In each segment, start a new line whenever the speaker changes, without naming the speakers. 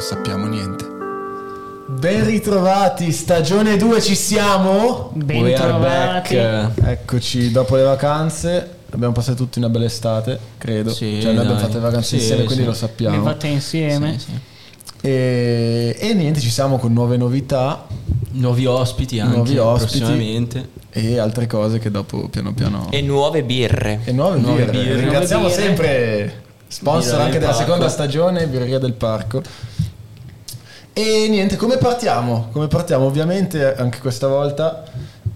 sappiamo niente.
Ben ritrovati, stagione 2 ci siamo.
We are back. Eh,
Eccoci, dopo le vacanze abbiamo passato tutti una bella estate, credo.
Sì,
cioè, noi abbiamo
dai.
fatto le vacanze
Sì,
insieme,
sì.
quindi lo
Le
sappiamo.
fate insieme.
Sì, sì.
E, e niente, ci siamo con nuove novità
Nuovi ospiti anche
Nuovi ospiti.
prossimamente.
e altre cose che dopo piano piano.
E nuove birre.
E nuove,
Nuove
birre.
birre.
Ringraziamo
Nuove birre.
sempre sponsor
Birra
anche
del
della
Parco.
seconda stagione, Birreria del Parco. E niente, come partiamo? Come partiamo? Ovviamente anche questa volta...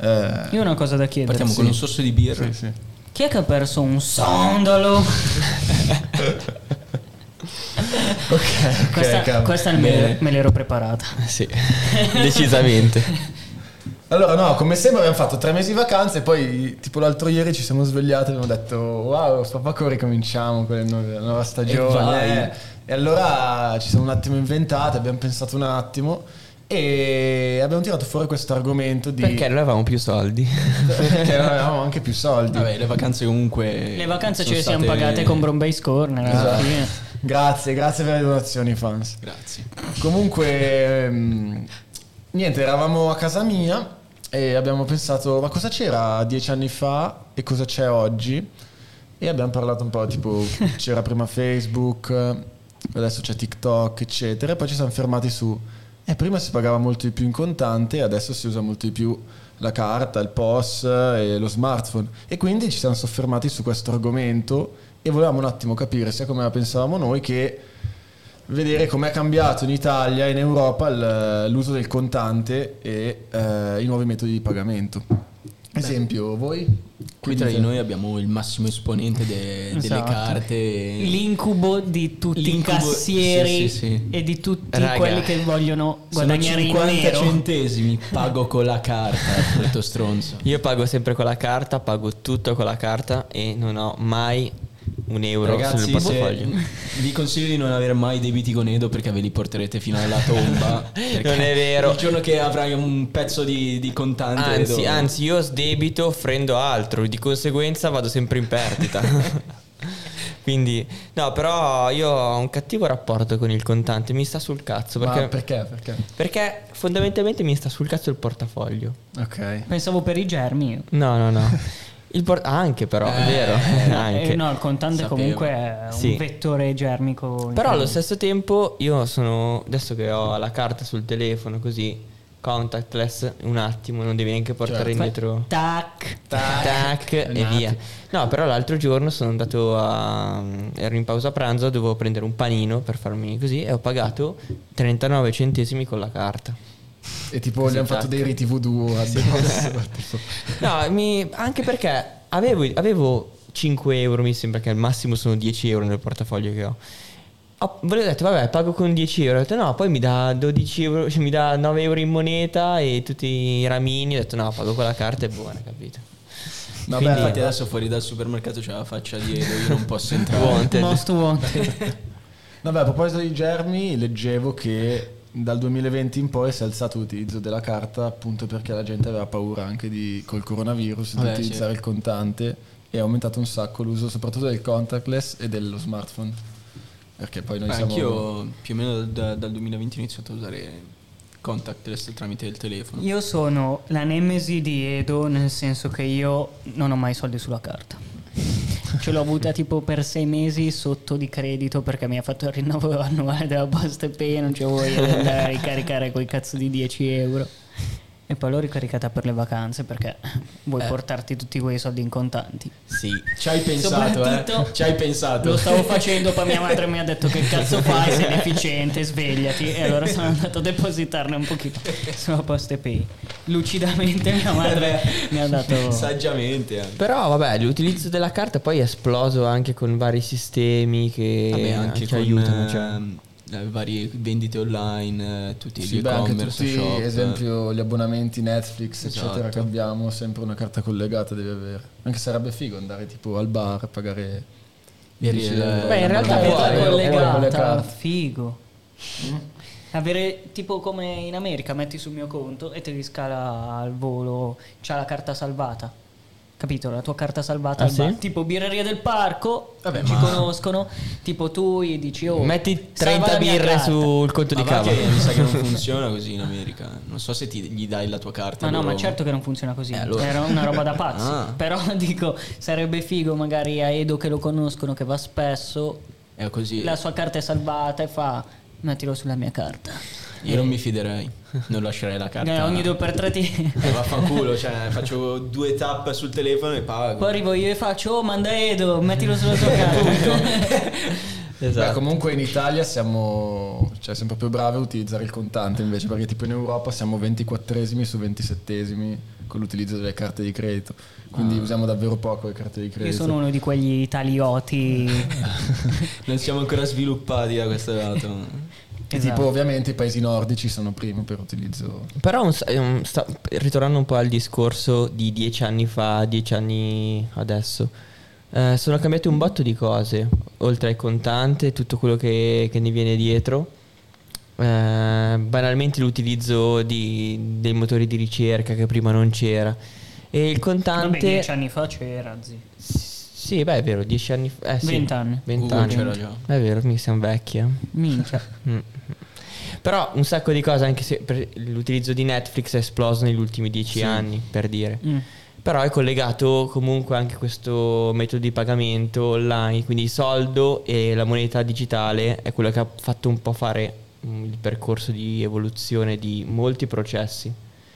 eh,
Io ho una cosa da chiedere.
Partiamo con un sorso di birra.
sì, sì.
Chi è che ha perso un sondolo?
Ok,
questa
cavolo.
questa me-
Bene.
me l'ero preparata.
Sì, decisamente.
Allora, no, come sempre abbiamo fatto tre mesi di vacanze e poi, tipo l'altro ieri, ci siamo svegliati e abbiamo detto, wow, spapaco, ricominciamo con le nuove- la nuova
vai.
stagione. eh." E allora ci siamo un attimo inventati, abbiamo pensato un attimo e abbiamo tirato fuori questo argomento di...
Perché non avevamo più soldi.
Perché non avevamo anche più soldi.
Vabbè, le vacanze comunque.
Le vacanze ce
sono
le siamo
state-
pagate con Brombase Corner alla
Esatto.
fine.
Grazie, grazie per le donazioni, fans.
Grazie.
Comunque, ehm, niente, eravamo a casa mia e abbiamo pensato, ma cosa c'era dieci anni fa e cosa c'è oggi? E abbiamo parlato un po', tipo, c'era prima Facebook, adesso c'è TikTok, eccetera. E poi ci siamo fermati su, eh, prima si pagava molto di più in contante e adesso si usa molto di più la carta, il POS e lo smartphone. E quindi ci siamo soffermati su questo argomento e volevamo un attimo capire sia come la pensavamo noi che vedere com'è cambiato in Italia e in Europa il- l'uso del contante e eh, i nuovi metodi di pagamento. Esempio, voi?
Qui tra di noi abbiamo il massimo esponente de- delle
Esatto.
carte.
L'incubo di tutti
L'incubo-
i
sì,
cassieri
sì, sì.
e di tutti
Raga,
quelli che vogliono
Sono
guadagnare in
50
nero.
centesimi. Pago con la carta. ho detto stronzo.
Io pago sempre con la carta, pago tutto con la carta e non ho mai un euro sul
Ragazzi, se-
portafoglio.
vi consiglio di non avere mai debiti con Edo perché ve li porterete fino alla tomba. perché
Non è vero.
Il giorno che avrai un pezzo di, di contante,
Anzi,
Edo-
anzi, io sdebito, offrendo altro, di conseguenza vado sempre in perdita. Quindi, no, però io ho un cattivo rapporto con il contante, mi sta sul cazzo
Ma
perché,
perché? Perché?
perché fondamentalmente mi sta sul cazzo il portafoglio.
Ok.
Pensavo per i germi. io.
No, no, no. Il por- anche però, è vero, anche.
Eh, no, il contante
Sapevo.
comunque è un
Sì.
vettore germico.
Però allo
incredibile.
stesso tempo io sono, adesso che ho la carta sul telefono così, contactless, un attimo, non devi neanche portare
Fa-
indietro.
Certo. Tac.
Tac, e via. No, però l'altro giorno sono andato a... mm, ero in pausa pranzo, dovevo prendere un panino per farmi così e ho pagato 39 centesimi con la carta.
E tipo, gli hanno fatto dei riti voodoo addosso, tipo.
No, mi- anche perché avevo, avevo 5 euro, mi sembra che al massimo sono 10 euro nel portafoglio che ho. Ho, volevo detto, vabbè, pago con 10 euro. Ho detto, no, poi mi dà 12 euro, cioè, mi dà 9 euro in moneta e tutti i ramini. Ho detto, no, pago con la carta, è buona, capito?
Vabbè,
Infatti, adesso fuori dal supermercato c'è la faccia di Edo. Io non posso entrare.
Wanted.
Most wanted.
Vabbè, a proposito di germi, leggevo che dal 2020 in poi si è alzato l'utilizzo della carta appunto perché la gente aveva paura anche di, col coronavirus di
Vabbè,
utilizzare il contante e è aumentato un sacco l'uso soprattutto del contactless e dello smartphone. Perché poi noi
Beh,
siamo...
Anch'io più o meno da- dal 2020 ho iniziato a usare contactless tramite il telefono.
Io sono la nemesi di Edo, nel senso che io non ho mai soldi sulla carta. Ce l'ho avuta tipo per sei mesi sotto di credito perché mi ha fatto il rinnovo annuale della Poste Pay e non ci voglio andare a ricaricare quel cazzo di 10 euro. E poi l'ho ricaricata per le vacanze perché vuoi portarti tutti quei soldi in contanti.
Sì.
Ci hai pensato,
Soprattutto-
eh? Ci hai pensato.
Lo stavo facendo, poi mia madre mi ha detto che cazzo fai, sei deficiente, svegliati. E allora sono andato a depositarne un pochino sulla Poste Pay. Lucidamente mia madre mi ha dato...
saggiamente. anche.
Però vabbè, l'utilizzo della carta poi è esploso anche con vari sistemi che,
Vabbè, anche
ci
con
aiutano. cioè.
ehm, le varie vendite online, eh, tutti
Sì,
gli
beh, anche
e-commerce,
tutti,
shop.
ad esempio, gli abbonamenti Netflix, eccetera, che
Esatto.
abbiamo, sempre una carta collegata devi avere. Anche sarebbe figo andare tipo al bar a pagare...
Ieri
10
il-
euro.
Beh, in realtà
eh,
Euro,
puoi,
euro,
puoi,
euro con le
collegata,
carte.
figo. Mm. Avere tipo come in America, metti sul mio conto e te li scala al volo, c'ha la carta salvata. capito, la tua carta salvata
Ah,
al
sì?
bar. Tipo birreria del parco,
Vabbè,
ci
ma-
conoscono, tipo tu gli dici oh,
Metti
salva
30
la mia
birre
carta.
sul conto
Ma
di
va
cava.
che mi sa che non funziona così in America. Non so se ti, gli dai la tua carta.
Ma no,
loro-
ma certo che non funziona così.
Eh, allora.
Era una roba da pazzi.
Ah.
Però dico, sarebbe figo magari a Edo che lo conoscono, che va spesso,
È così.
la sua carta è salvata e fa mettilo sulla mia carta.
Io non mi fiderei. Non lascerei la carta.
Eh, ogni due per tre ti...
Eh, vaffanculo, cioè faccio due tap sul telefono e pago.
Poi arrivo io e faccio, oh, manda Edo, mettilo sulla sua carta.
Esatto.
Beh, comunque in Italia siamo, cioè, siamo proprio bravi a utilizzare il contante invece, perché tipo in Europa siamo 24esimi su 27esimi con l'utilizzo delle carte di credito. Quindi
Ah.
usiamo davvero poco le carte di
Io
credito.
sono uno di quegli italioti.
Non siamo ancora sviluppati da questo lato.
E
Esatto.
tipo ovviamente i paesi nordici sono primi per utilizzo.
Però un sa- un sta- ritornando un po' al discorso di dieci anni fa, dieci anni adesso, eh, sono cambiate un botto di cose, oltre al contante, tutto quello che, che ne viene dietro. Eh, banalmente l'utilizzo di- dei motori di ricerca che prima non c'era. E il
Vabbè,
contante...
dieci anni fa c'era, zi.
sì, beh, è vero, dieci anni fa... Eh, sì,
20 anni.
20
Uh,
anni.
c'era già.
È vero, mi siamo vecchi. eh.
Minchia.
Mm. Però un sacco di cose, anche se per- l'utilizzo di Netflix è esploso negli ultimi dieci anni, per dire.
Mm.
Però è collegato comunque anche questo metodo di pagamento online, quindi il soldo e la moneta digitale è quello che ha fatto un po' fare mm, il percorso di evoluzione di molti processi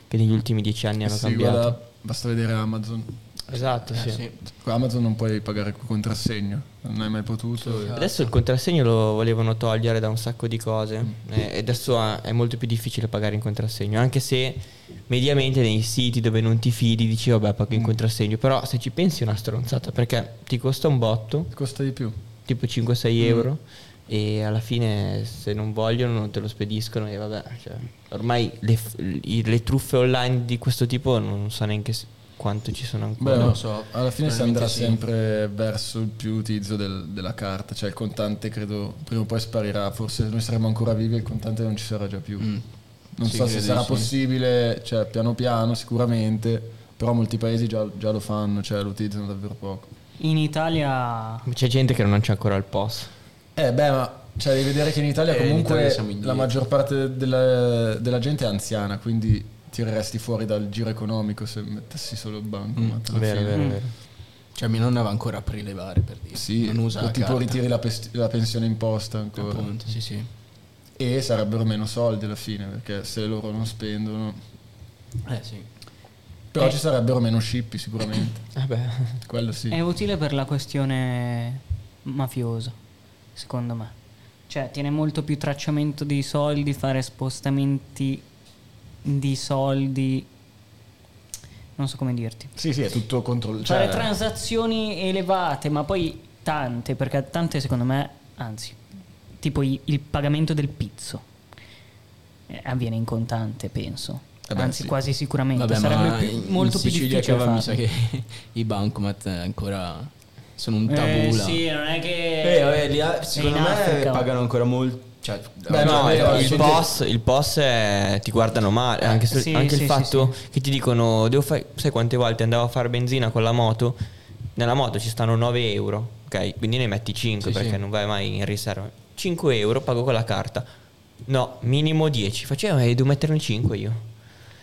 che negli ultimi dieci
Eh,
anni hanno
Sì,
cambiato.
guarda, eh, basta vedere Amazon.
Esatto, sì.
Con Amazon non puoi pagare col contrassegno, non hai mai potuto. eh.
Adesso il contrassegno lo volevano togliere da un sacco di cose eh, e adesso ha- è molto più difficile pagare in contrassegno, anche se mediamente nei siti dove non ti fidi dici vabbè pago in contrassegno, però se ci pensi è una stronzata perché ti costa un botto,
Costa di più.
tipo 5-6 euro e alla fine se non vogliono non te lo spediscono e vabbè, cioè, ormai le, f- i- le truffe online di questo tipo non so neanche s- quanto ci sono ancora.
Beh, non lo so, alla fine si andrà
Probabilmente sì.
sempre verso il più utilizzo del- della carta, cioè il contante credo prima o poi sparirà, forse noi saremo ancora vivi e il contante non ci sarà già più. Non
Mm. Sì,
so se
credo
sarà
di sì.
possibile, cioè piano piano sicuramente, però molti paesi già, già lo fanno, cioè lo utilizzano davvero poco.
In Italia...
C'è gente che non c'è ancora il POS.
Eh beh, ma cioè, devi vedere che in Italia
Eh, in
comunque
Italia siamo indietro.
la maggior parte della, della gente è anziana, quindi tireresti fuori dal giro economico se mettessi solo il
Mm,
bancomat. alla
Vero,
fine.
vero, vero.
Cioè, mia nonna va ancora a prelevare per dire.
Sì,
non usa
o
la
tipo
carta.
ritiri la, pes- la pensione imposta ancora.
Appunto, sì, sì.
E sarebbero meno soldi alla fine, perché se loro non spendono...
Eh sì.
Eh.
Però ci sarebbero meno scippi sicuramente,
Vabbè.
quello sì.
È utile per la questione mafiosa, secondo me. Cioè, tiene molto più tracciamento dei soldi, fare spostamenti di soldi. Non so come dirti.
Sì, sì, è tutto controllo.
Fare
cioè,
transazioni elevate, ma poi tante, perché tante secondo me, anzi, tipo i- il pagamento del pizzo. eh, Avviene in contante, penso.
Eh beh,
Anzi,
sì.
quasi sicuramente.
Vabbè,
Sarebbe
ma
più-
in-
molto
in
più
Sicilia
difficile.
che va, mi sa
farlo.
che i bancomat ancora sono un
Eh,
tabula.
sì, non è che.
Eh, vabbè, lì, ah, secondo
in
me
Africa.
pagano ancora molto. Cioè,
Beh,
no,
no,
il-
eh,
il,
sì,
boss, il boss è- ti guardano male, anche, se-
Sì,
anche
sì,
il
sì,
fatto che ti dicono, devo fare, sai quante volte andavo a fare benzina con la moto, nella moto ci stanno 9 euro, ok? Quindi ne metti 5
Sì,
perché
sì.
non vai mai in riserva. 5 euro pago con la carta, no, minimo 10, facevo, eh, devo metterne 5 io.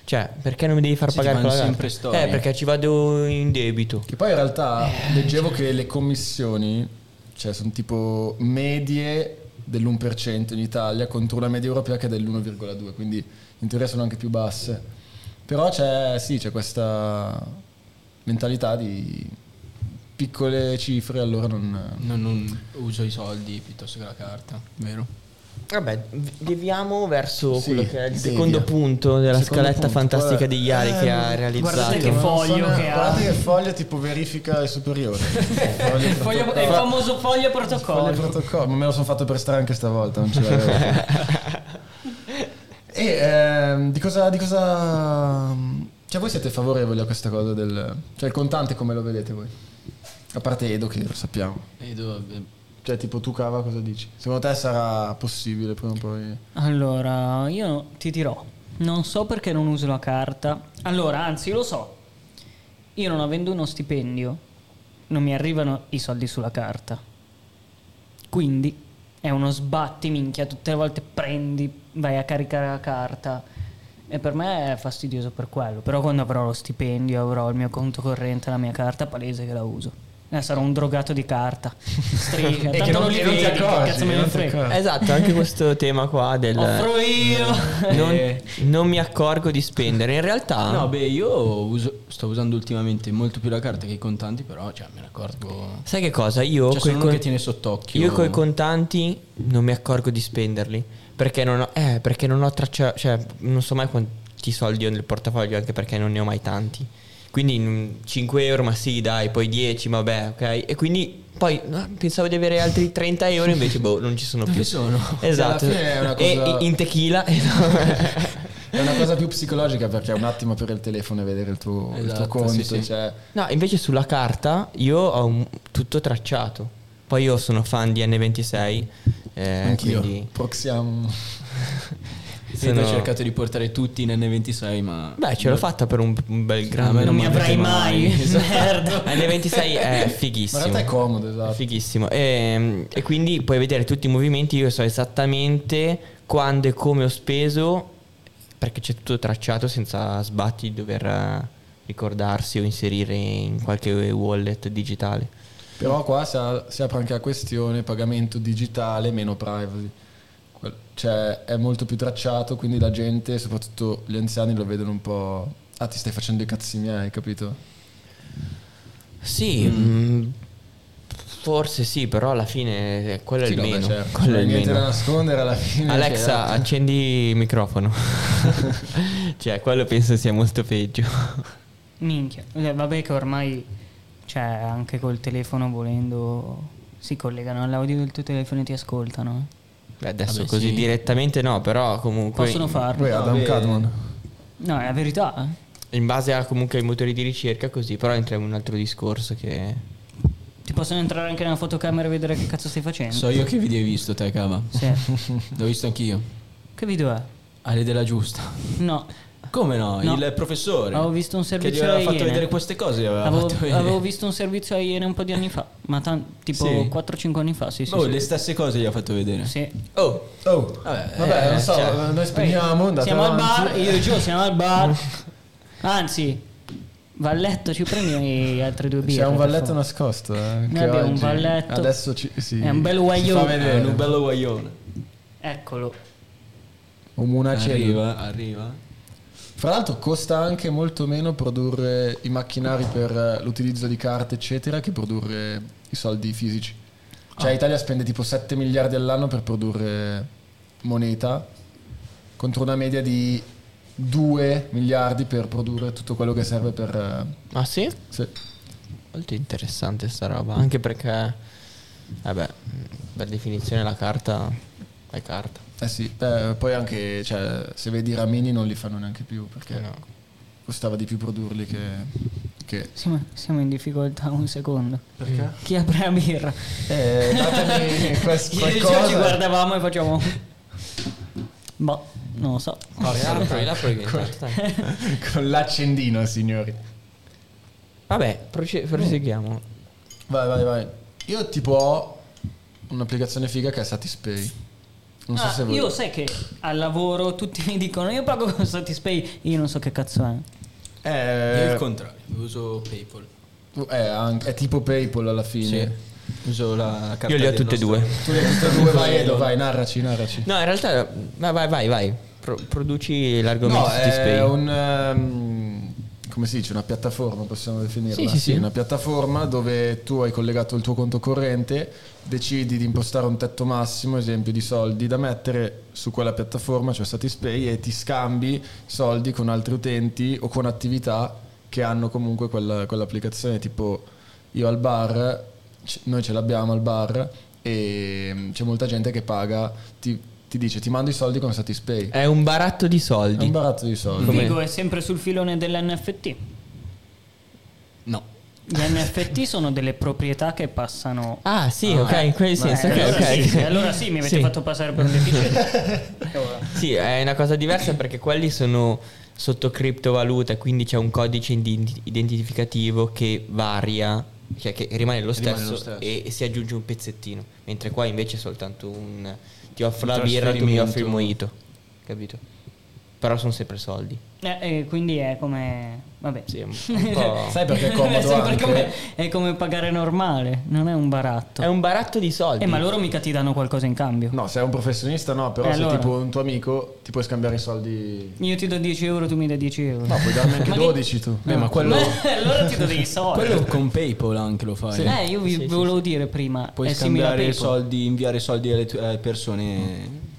Cioè, perché non mi devi far
Sì, ti
pagare con la
fanno
carta?
sempre storie.
Eh, perché ci vado in debito.
Che poi in realtà
Eh,
leggevo
cioè.
che le commissioni, cioè sono tipo medie dell'1% in Italia contro una media europea che è dell'1,2, quindi in teoria sono anche più basse. Però c'è, sì, c'è questa mentalità di piccole cifre, allora non...
Non, non uso i soldi piuttosto che la carta, vero?
Vabbè, deviamo verso
Sì,
quello che è il
devia.
secondo punto della
Secondo punto,
scaletta
eh.
fantastica
guarda.
di Iari che ha realizzato.
guardate che foglio
Non so
che
ne-
ha.
Guardate che foglio tipo verifica e superiore. Foglio
Il, foglio- il
protocollo.
famoso foglio
Con il
protocollo.
protocollo, ma me lo sono fatto per stare anche stavolta, non ce l'avevo. e ehm, di cosa. Di cosa cioè, voi siete favorevoli a questa cosa del. Cioè, il contante come lo vedete voi? A parte Edo, che lo sappiamo.
E dove-
Cioè, tipo, tu Cava, cosa dici? Secondo te sarà possibile prima o poi.
Allora, io ti dirò, non so perché non uso la carta. Allora, anzi, lo so. io non avendo uno stipendio, non mi arrivano i soldi sulla carta. Quindi è uno sbatti, minchia, tutte le volte prendi, vai a caricare la carta. E per me è fastidioso per quello. Però quando avrò lo stipendio, avrò il mio conto corrente, la mia carta, palese che la uso. Eh, sarò un drogato di carta. Striscia.
che
Tanto
non-
non
che
li
non ti
vedi, che
accorgi,
cazzo me
non
ne
ti
frega.
accorgi.
Esatto, anche questo tema qua del...
Offro io.
Non,
Eh.
non mi accorgo di spendere. In realtà,
No, beh, io uso- sto usando ultimamente molto più la carta che i contanti, però cioè, me ne accorgo.
sai che cosa? Io
Cioè, sono
coi
uno che tiene sott'occhio.
Io coi contanti non mi accorgo di spenderli. Perché non ho, eh, perché non ho traccia. Cioè, non so mai quanti soldi ho nel portafoglio, anche perché non ne ho mai tanti. Quindi mm, 5 euro, ma sì, dai, poi 10, vabbè, ok. E quindi poi no, pensavo di avere altri 30 euro, invece, boh, non ci sono più.
Dove sono?
Esatto.
Alla fine è una
E
cosa-
e in tequila. e no.
È una cosa più psicologica perché è un attimo per il telefono e vedere il tuo, il tuo
Esatto,
conto.
sì, sì.
Cioè,
No, invece sulla carta io ho un- tutto tracciato. Poi io sono fan di N26. eh,
anch'io.
quindi
Proxiamo.
Sì, ho
sono-
cercato di portare tutti in N26, ma.
Beh, ce l'ho fatta per un un bel
A
grande.
me
Non mi
manca
avrai mai. Merda.
N26 è
Ma
fighissimo.
in realtà è comodo,
È
esatto.
fighissimo. E, e quindi puoi vedere tutti i movimenti. Io so esattamente quando e come ho speso. Perché c'è tutto tracciato senza sbatti di dover eh, ricordarsi o inserire in qualche wallet digitale.
Però qua si, a- si apre anche la questione pagamento digitale meno privacy. Quel- Cioè è molto più tracciato, quindi la gente, soprattutto gli anziani, lo vedono un po'... Ah, ti stai facendo i cazzi miei, capito?
Sì, mm, forse sì, però alla fine eh, quello è
Sì,
il
no, beh,
meno.
certo.
quello è il
niente
meno.
da nascondere alla fine.
Alexa,
cioè,
accendi il microfono. cioè, quello penso sia molto peggio.
Minchia, Eh, vabbè che ormai cioè, anche col telefono volendo si collegano all'audio del tuo telefono e ti ascoltano. eh.
Beh, adesso
Vabbè,
così
sì.
direttamente no, però comunque
Possono farlo.
Poi Adam
Vabbè.
Cadman.
No, è la verità. eh.
in base a comunque ai motori di ricerca così, però entra in un altro discorso che
Ti possono entrare anche nella fotocamera e vedere che cazzo stai facendo.
So io che video hai visto, te, cava.
Sì.
L'ho visto anch'io.
che video è?
Ale della giusta.
No,
Come no?
No.
Il professore.
Avevo visto un
Che gli
servizio
aveva
a
fatto
Iene.
vedere queste cose. gli Aveva
Avevo,
fatto vedere.
avevo visto un servizio a Iene un po' di anni fa, ma tan- tipo
Sì.
4-5 anni fa, sì, sì.
Oh,
sì.
le stesse cose gli ha fatto vedere. eh,
Sì.
Oh,
Oh, vabbè, non so, eh,
eh,
cioè-
noi spegniamo, andate
siamo al
avanti.
bar, io e Gio siamo al bar. Anzi, Valletto ci prendi altre due birre.
C'è un
per
valletto
favore.
nascosto. Eh,
Noi
che
abbiamo un
oggi-
valletto.
Adesso ci, si,
È un bel guaglione.
si fa
È
vedere.
un bello guaglione.
Eccolo.
Un munacello.
Arriva, arriva.
Fra l'altro costa anche molto meno produrre i macchinari per eh, l'utilizzo di carte, eccetera, che produrre i soldi fisici. Cioè l'Italia spende tipo 7 miliardi all'anno per produrre moneta contro una media di 2 miliardi per produrre tutto quello che serve per... eh,
ah sì?
se-
Molto interessante sta roba, anche perché vabbè, per definizione la carta è carta.
eh sì, beh, poi anche cioè, se vedi i ramini non li fanno neanche più perché
No.
costava di più produrli che... che-
Siamo, siamo in difficoltà un secondo. Perché? Chi apre la birra?
Eh, datemi quest-
Ieri sera ci
qualcosa.
guardavamo e facciamo... Boh, non lo so.
Apri, apri, intanto, dai.
Con l'accendino, signori.
Vabbè, proce- proseguiamo.
Vai, vai, vai. Io tipo ho un'applicazione figa che è Satispay. Non so
Ah,
se voi...
io sai che al lavoro tutti mi dicono io pago con Satispay, io non so che cazzo è.
Io
Eh,
il contrario, uso PayPal.
eh, anche- è tipo PayPal alla fine.
Uso la carta
Io li ho
del
tutte e
nostro-
due.
Tu le hai tutte e due, vai Edo, vai, narraci, narraci.
No, in realtà vai vai vai, vai. Pro- produci l'argomento
No,
di Spain.
è un... ehm, come si dice? Una piattaforma, possiamo definirla.
Sì, sì, sì.
Una piattaforma dove tu hai collegato il tuo conto corrente, decidi di impostare un tetto massimo, esempio, di soldi da mettere su quella piattaforma, cioè Satispay, e ti scambi soldi con altri utenti o con attività che hanno comunque quella- quell'applicazione. Tipo io al bar, c- noi ce l'abbiamo al bar e mm, c'è molta gente che paga, ti, ti dice ti mando i soldi con Satispay.
È un baratto Eh, di
È
soldi.
un baratto di soldi.
Come-
Figo è sempre sul filone dell'NFT.
No.
Gli NFT sono delle proprietà che passano...
ah, sì, ok, in quel senso.
Eh,
ok,
allora,
ok.
Sì, allora sì, mi avete
Sì.
fatto passare per un deficiente.
Sì, è una cosa diversa perché quelli sono sotto criptovaluta, quindi c'è un codice identi- identificativo che varia, cioè che rimane lo
Rimane
stesso,
lo stesso.
E, e si aggiunge un pezzettino, mentre qua invece è soltanto un ti offro la
Un
birra, tu mi offri il
trasferimento.
mojito, capito? Però sono sempre soldi.
Eh, eh, quindi è come... Vabbè.
Sì, è un- un po'-
Sai perché è comodo
Sai per
anche?
come- è come pagare normale, non è un baratto.
È un baratto di soldi.
Eh, ma loro mica ti danno qualcosa in cambio.
No, sei un professionista no, però
Eh,
se
allora.
tipo un tuo amico ti puoi scambiare i soldi.
Io ti do 10 euro, tu mi dai 10 euro.
No, puoi darne anche
Ma che-
12 tu.
Beh, ma quello,
allora ti do dei soldi.
Eh, quello con PayPal anche lo fai.
Eh, io vi
Sì, sì,
volevo dire prima, eh,
Puoi
è simile a
scambiare
PayPal. Mm.
soldi, inviare soldi alle tue alle persone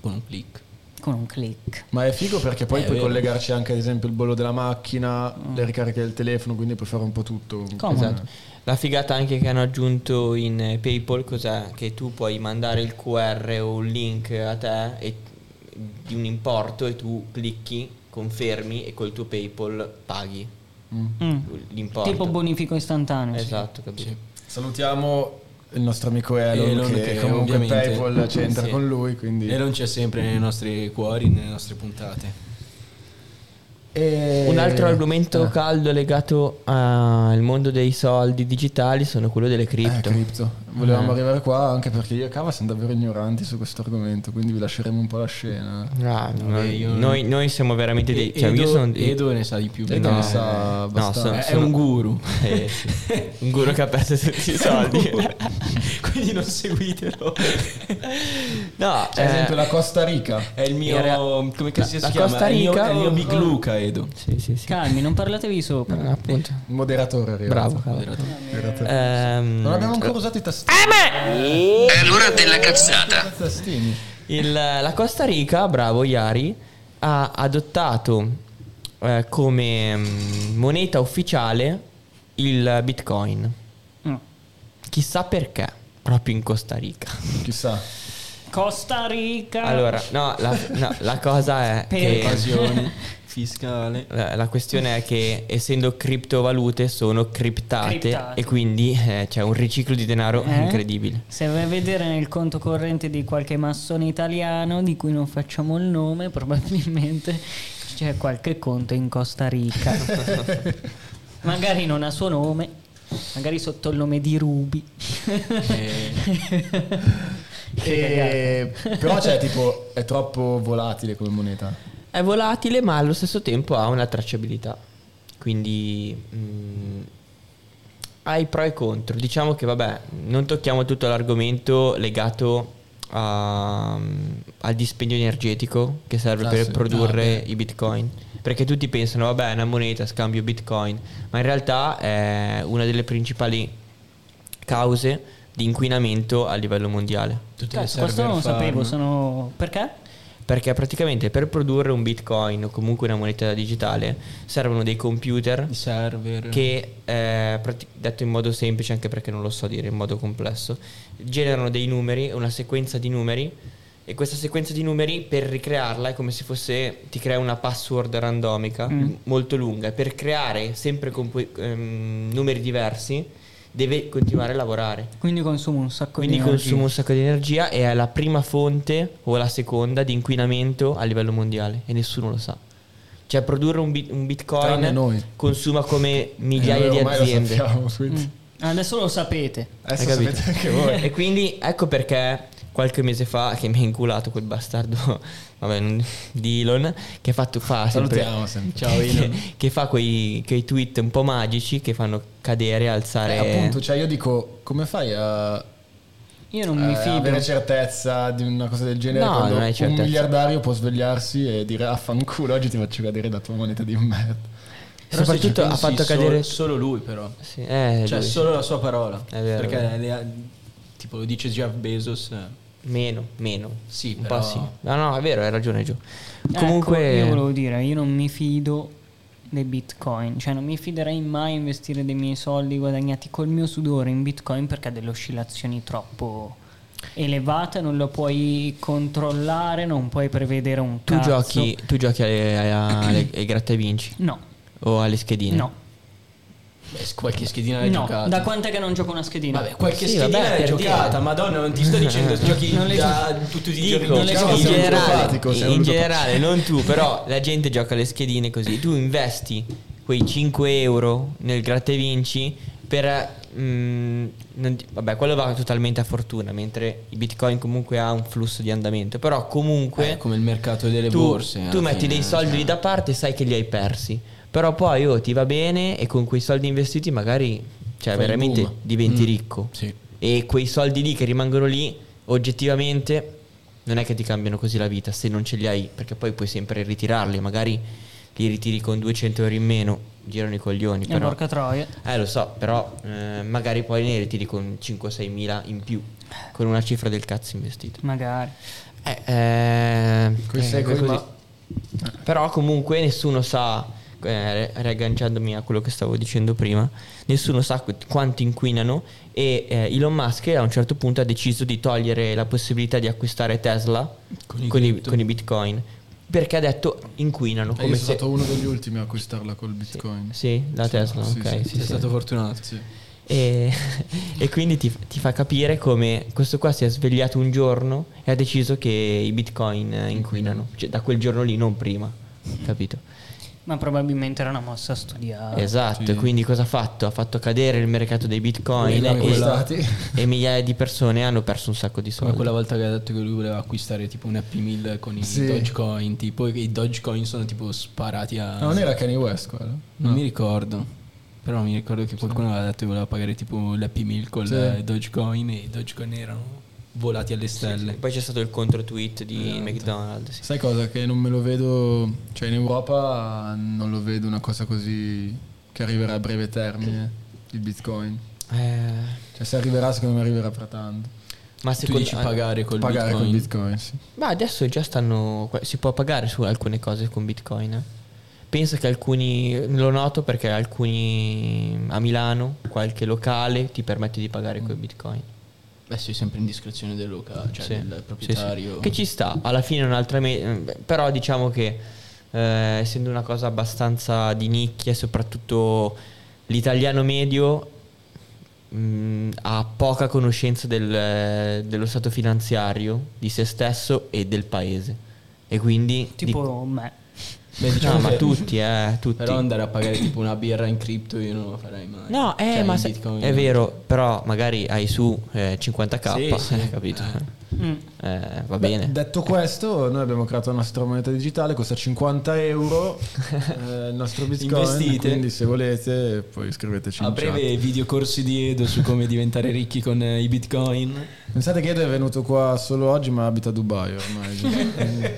con un click.
con un click.
Ma è figo perché poi
Eh, è
puoi
vero.
collegarci anche ad esempio il bollo della macchina, le ricariche del telefono, quindi puoi fare un po' tutto.
Comodo.
Esatto. La figata anche che hanno aggiunto in eh, PayPal cos'è? Che tu puoi mandare il QR o un link a te e- di un importo e tu clicchi, confermi e col tuo PayPal paghi
Mm.
l'importo.
Tipo bonifico istantaneo. sì.
Esatto, capito?
Salutiamo il nostro amico Elon,
Elon,
che,
che
comunque
ovviamente-
PayPal c'entra
Sì.
con lui, quindi...
E non c'è sempre nei nostri cuori, nelle nostre puntate.
E-
Un altro argomento
Eh,
caldo legato al mondo dei soldi digitali sono quello delle
eh,
cripto.
cripto. Volevamo
Eh.
arrivare qua anche perché io e Cava siamo davvero ignoranti su questo argomento, quindi vi lasceremo un po' la scena.
Ah, noi,
io-
noi- noi siamo veramente dei... Eh, Cioè,
Edo,
io sono
Edo ne sa di più.
Edo
perché
ne sa abbastanza.
sono-
è
sono-
un guru.
Eh, sì. Un guru che ha perso tutti i soldi.
Quindi non seguitelo.
No,
Cioè, Ad esempio
eh,
la Costa Rica.
È il mio.
Era-
come che
la-
si,
la
chiama?
Costa
È il mio-
Rica
è il mio,
o-
Big
o-
Luca, Edo.
Sì, sì, sì.
Calmi, non parlatevi sopra.
Eh, appunto.
Il moderatore arriva.
Bravo, cavolo.
Moderato.
Moderatore.
Ehm,
Non abbiamo ancora usato i tastini.
Eh,
È l'ora della cazzata.
I tastini.
il- la Costa Rica, bravo Iari, ha adottato eh, come mm, moneta ufficiale il bitcoin.
Mm.
Chissà perché, proprio in Costa Rica.
Chissà.
Costa Rica.
Allora, no, la, no, la cosa è
Ah. Per-
che...
Evasione fiscale.
La la questione è che essendo criptovalute sono criptate,
Criptate.
e quindi eh, c'è un riciclo di denaro
Eh?
incredibile.
Se vai a vedere nel conto corrente di qualche massone italiano di cui non facciamo il nome, probabilmente c'è qualche conto in Costa Rica. magari non a suo nome, magari sotto il nome di Ruby.
eh,
Eh,
E- Però cioè tipo è troppo volatile come moneta.
È volatile ma allo stesso tempo ha una tracciabilità, quindi mm, ha i pro e i contro. Diciamo che vabbè, non tocchiamo tutto l'argomento legato a- mm, al dispendio energetico che serve
Ah,
per
sì.
produrre i bitcoin. Perché tutti pensano, vabbè, è una moneta, scambio bitcoin, ma in realtà è una delle principali cause di inquinamento a livello mondiale.
Tutte le
Cazzo, questo
server
non lo
farm.
sapevo, sono... Perché?
Perché praticamente per produrre un bitcoin o comunque una moneta digitale servono dei computer
I server.
che, eh, prati- detto in modo semplice, anche perché non lo so dire in modo complesso, generano dei numeri, una sequenza di numeri e questa sequenza di numeri per ricrearla è come se fosse, ti crea una password randomica m- molto lunga e per creare sempre compu- ehm, numeri diversi deve continuare a lavorare.
Quindi consumo un sacco
Quindi
di energia.
consuma un sacco di energia e è la prima fonte o la seconda di inquinamento a livello mondiale e nessuno lo sa. Cioè produrre un, bit- un
Tranne
bitcoin
noi.
consuma come
Eh,
migliaia
noi
di
ormai
aziende. Mm.
Lo sappiamo, quindi.
Mm. Adesso lo sapete.
Hai
Adesso
capito?
sapete anche voi. Eh,
E quindi ecco perché qualche mese fa che mi ha inculato quel bastardo vabbè, non- di Elon che ha fatto fa sempre,
Salutiamo sempre.
Ciao,
che,
Elon.
che fa quei, quei tweet un po' magici che fanno cadere, alzare
Eh, appunto, cioè io dico, come fai a,
Io non
a
Eh,
mi fido.
avere certezza di una cosa del genere
No,
quando
non hai
un
certezza.
miliardario può svegliarsi e dire affanculo, oggi ti faccio cadere la tua moneta di merda.
Però se ci
soprattutto ha
pensi,
fatto
solo-
cadere
solo lui, però.
Sì, eh,
Cioè,
lui, sì.
solo la sua parola.
È vero,
perché
è vero.
le ha- tipo lo dice Jeff Bezos. eh.
Meno, meno.
Sì,
un
però-
po' sì. No, no, è vero, hai ragione Gio.
Ecco,
Comunque
io volevo dire, io non mi fido dei bitcoin, cioè non mi fiderei mai a investire dei miei soldi guadagnati col mio sudore in bitcoin perché ha delle oscillazioni troppo elevate, non lo puoi controllare, non puoi prevedere un
tu
cazzo.
giochi, tu giochi alle, alle- alle- ai gratta e vinci
No,
o alle schedine?
no.
Beh, qualche schedina l'hai
no,
giocata.
da quant'è che non gioco una schedina?
Vabbè, qualche
Sì,
schedina
vabbè,
l'hai
per
giocata,
dire.
madonna, non ti sto dicendo giochi
Non le
da tutti i giorni.
Dico,
Non
diciamo in
le
giochi.
giochi.
generale,
ludopatico, sei un
in
ludopatico.
generale, non tu, però la gente gioca alle schedine così. Tu investi quei 5 euro nel gratta e vinci per... mm, non ti- vabbè, quello va totalmente a fortuna, mentre i bitcoin comunque ha un flusso di andamento, però comunque...
Eh, come il mercato delle
tu,
borse, alla
Tu metti
fine,
dei soldi
cioè.
da parte e sai che li hai persi, però poi oh, ti va bene e con quei soldi investiti magari cioè,
Fai
veramente
boom.
diventi
Mm,
ricco.
sì.
E quei soldi lì che rimangono lì, oggettivamente, non è che ti cambiano così la vita se non ce li hai, perché poi puoi sempre ritirarli. Magari li ritiri con 200 euro in meno, girano i coglioni.
Eh,
Però.
porca troia.
Eh, lo so, però eh, magari poi ne ritiri con 5-6 mila in più, con una cifra del cazzo investita.
Magari.
Eh, eh,
Coi
eh,
secoli,
così.
ma-
Però comunque nessuno sa, eh, re- riagganciandomi a quello che stavo dicendo prima, nessuno sa qu- quanto inquinano e eh, Elon Musk a un certo punto ha deciso di togliere la possibilità di acquistare Tesla
Con i
con i,
cripto.
con i bitcoin perché ha detto inquinano.
Eh, io
Come
sono
se...
stato uno degli ultimi a acquistarla col bitcoin.
Sì, la Tesla,
sì,
ok.
sì,
sì,
Sei
sì.
stato fortunato.
E, e quindi ti, ti fa capire come questo qua si è svegliato un giorno e ha deciso che i bitcoin eh, inquinano, cioè da quel giorno lì, non prima, capito?
Ma probabilmente era una mossa studiata.
esatto,
Ah, sì.
quindi cosa ha fatto? Ha fatto cadere il mercato dei bitcoin
Come quella-
e, e migliaia di persone hanno perso un sacco di
Come
soldi.
quella volta che ha detto che lui voleva acquistare tipo un Happy Meal con i
Sì.
Dogecoin, tipo e i Dogecoin sono tipo sparati a...
Ma non era Kanye West quello?
Non mi ricordo, però mi ricordo che qualcuno aveva detto che voleva pagare tipo l'Happy Meal con
Sì.
i Dogecoin e i Dogecoin erano volati alle stelle.
Poi c'è stato il contro tweet di
Esatto.
McDonald's. sì.
Sai cosa? Che non me lo vedo, cioè in Europa non lo vedo una cosa così che arriverà a breve termine, il bitcoin.
Eh,
Cioè se arriverà secondo me arriverà fra tanto.
ma
Tu
secondo
dici
ah,
pagare col
Pagare
Bitcoin?
con bitcoin, sì.
Ma adesso già stanno. Si può pagare su alcune cose con Bitcoin. eh. Penso che alcuni. Lo noto perché alcuni. A Milano, qualche locale ti permette di pagare con Bitcoin.
Beh sì, sempre in discrezione del locale, cioè
Sì. Sì,
del
sì.
proprietario.
Che ci sta. Alla fine è un'altra. me- però diciamo che. eh, essendo una cosa abbastanza di nicchia, soprattutto l'italiano medio. mh, ha poca conoscenza del- dello stato finanziario di se stesso e del paese e quindi di-
Tipo me.
Beh, diciamo
no, ma
che-
tutti, eh, tutti.
Però andare a pagare tipo una birra in cripto io non lo farei mai.
No, eh,
Cioè,
ma
in
se-
Bitcoin-
è vero, però magari hai su eh, 50k,
Sì, sì.
eh, capito?
Mm.
Eh, va
Beh,
bene.
Detto questo, noi abbiamo creato la nostra moneta digitale, costa 50 euro eh, il nostro bitcoin.
Investite.
Quindi se volete poi scriveteci
A
in chat.
breve videocorsi di Edo su come diventare ricchi con eh, i bitcoin.
Pensate che Edo è venuto qua solo oggi ma abita a Dubai ormai. Quindi-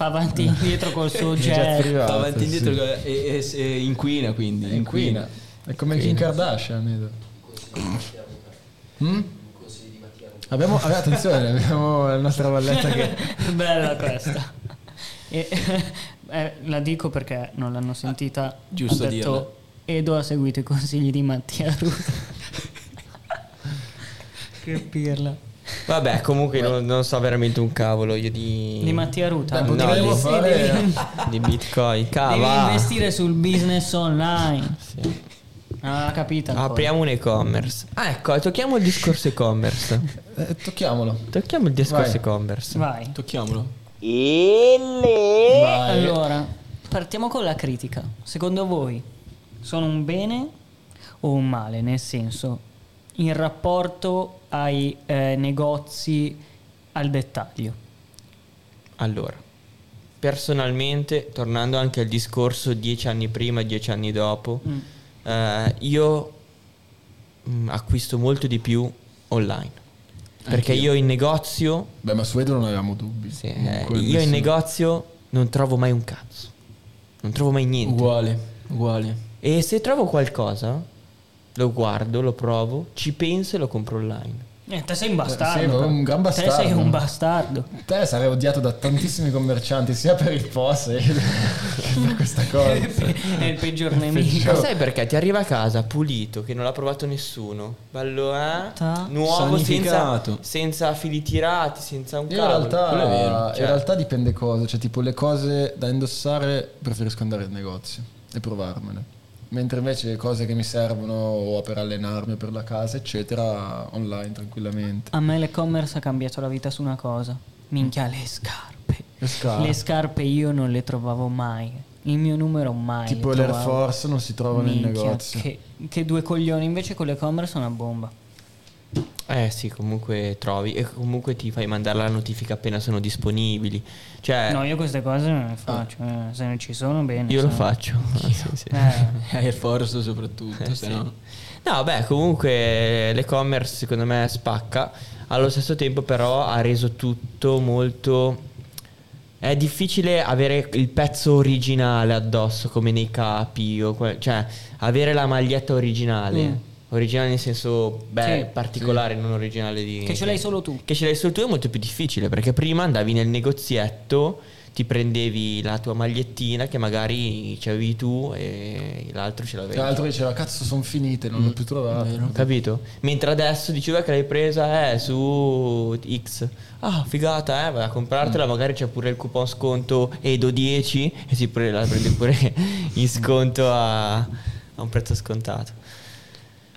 Fa avanti e indietro col suo
Esatto.
jet
jet.
privato.
Sta avanti e
sì.
indietro eh, e, e- e inquina quindi.
Inquina. È come Kim Kardashian. Edo. Mm? Abbiamo, ah, attenzione, abbiamo la nostra valletta che...
Bella questa. E- eh, la dico perché non l'hanno sentita.
giusto
ha detto
dirla.
Edo ha seguito i consigli di Mattia Ruta. che pirla.
Vabbè, comunque non, non so veramente un cavolo io di...
Di Mattia Ruta.
Beh,
No,
potremmo
devi-
fare...
di Bitcoin.
Devi
Cava.
investire sul business online.
Sì.
Ah, capito. ancora.
Apriamo un e-commerce. Ah, ecco, tocchiamo il discorso e-commerce.
eh, tocchiamolo.
tocchiamo il discorso
Vai.
e-commerce.
Vai.
Tocchiamolo.
Vai.
Eh, Allora, partiamo con la critica. Secondo voi sono un bene o un male? Nel senso, in rapporto ai eh, negozi al dettaglio.
Allora, personalmente, tornando anche al discorso dieci anni prima, dieci anni dopo,
Mm.
eh, io mm, acquisto molto di più online. Perché io in negozio,
Beh, ma su Edo non avevamo dubbi.
sì, eh,
Comunque,
io in
nessuno-
negozio non trovo mai un cazzo. Non trovo mai niente.
Uguale, uguale.
E se trovo qualcosa, lo guardo, lo provo, ci penso e lo compro online.
Eh, te sei un bastardo.
Sì, ma
però.
Cioè, un gran
Te sei
bastardo.
un bastardo.
Te sarei odiato da tantissimi commercianti, sia per il POS che per questa cosa.
È il peggior nemico.
Ma sai perché? Ti arriva a casa pulito, che non l'ha provato nessuno. Bello, eh?
Ta-
Nuovo, senza,
Sanificato.
senza fili tirati, senza un
Io in
cavolo.
realtà,
quello è vero,
in
cioè.
realtà dipende cosa, cioè tipo le cose da indossare preferisco andare al negozio e provarmene. Mentre invece le cose che mi servono o per allenarmi o per la casa, eccetera, online tranquillamente.
A me l'e-commerce ha cambiato la vita su una cosa. Minchia, le scarpe.
Le scarpe.
Le scarpe io non le trovavo mai. Il mio numero mai.
tipo
le
l'Air
trovavo.
Force non si trovano in
Minchia,
negozio.
Che, che due coglioni. Invece con l'e-commerce è una bomba.
Eh sì, comunque trovi e comunque ti fai mandare la notifica appena sono disponibili. Cioè,
No, io queste cose non le faccio. eh. Se non ci sono, bene.
io lo
se-
faccio. Ah, sì, sì.
Eh,
Air Force soprattutto, se no.
Eh, No, beh, comunque l'e-commerce secondo me spacca. Allo stesso tempo, però, ha reso tutto molto. È difficile avere il pezzo originale addosso, come nei capi, o que- cioè avere la maglietta originale.
Mm.
Originale nel senso beh,
Sì.
particolare, non originale di.
Che ce l'hai solo tu.
Che ce l'hai solo tu è molto più difficile perché prima andavi nel negozietto, ti prendevi la tua magliettina che magari c'avevi tu e l'altro ce l'avevi.
Tra l'altro diceva, cazzo, sono finite, non l'ho più trovate.
Capito? Mentre adesso dici "Beh, che l'hai presa eh, su X. Ah, figata, eh, vai a comprartela, magari c'è pure il coupon sconto Edo 10 e si pre- la prende pure in sconto a, a un prezzo scontato.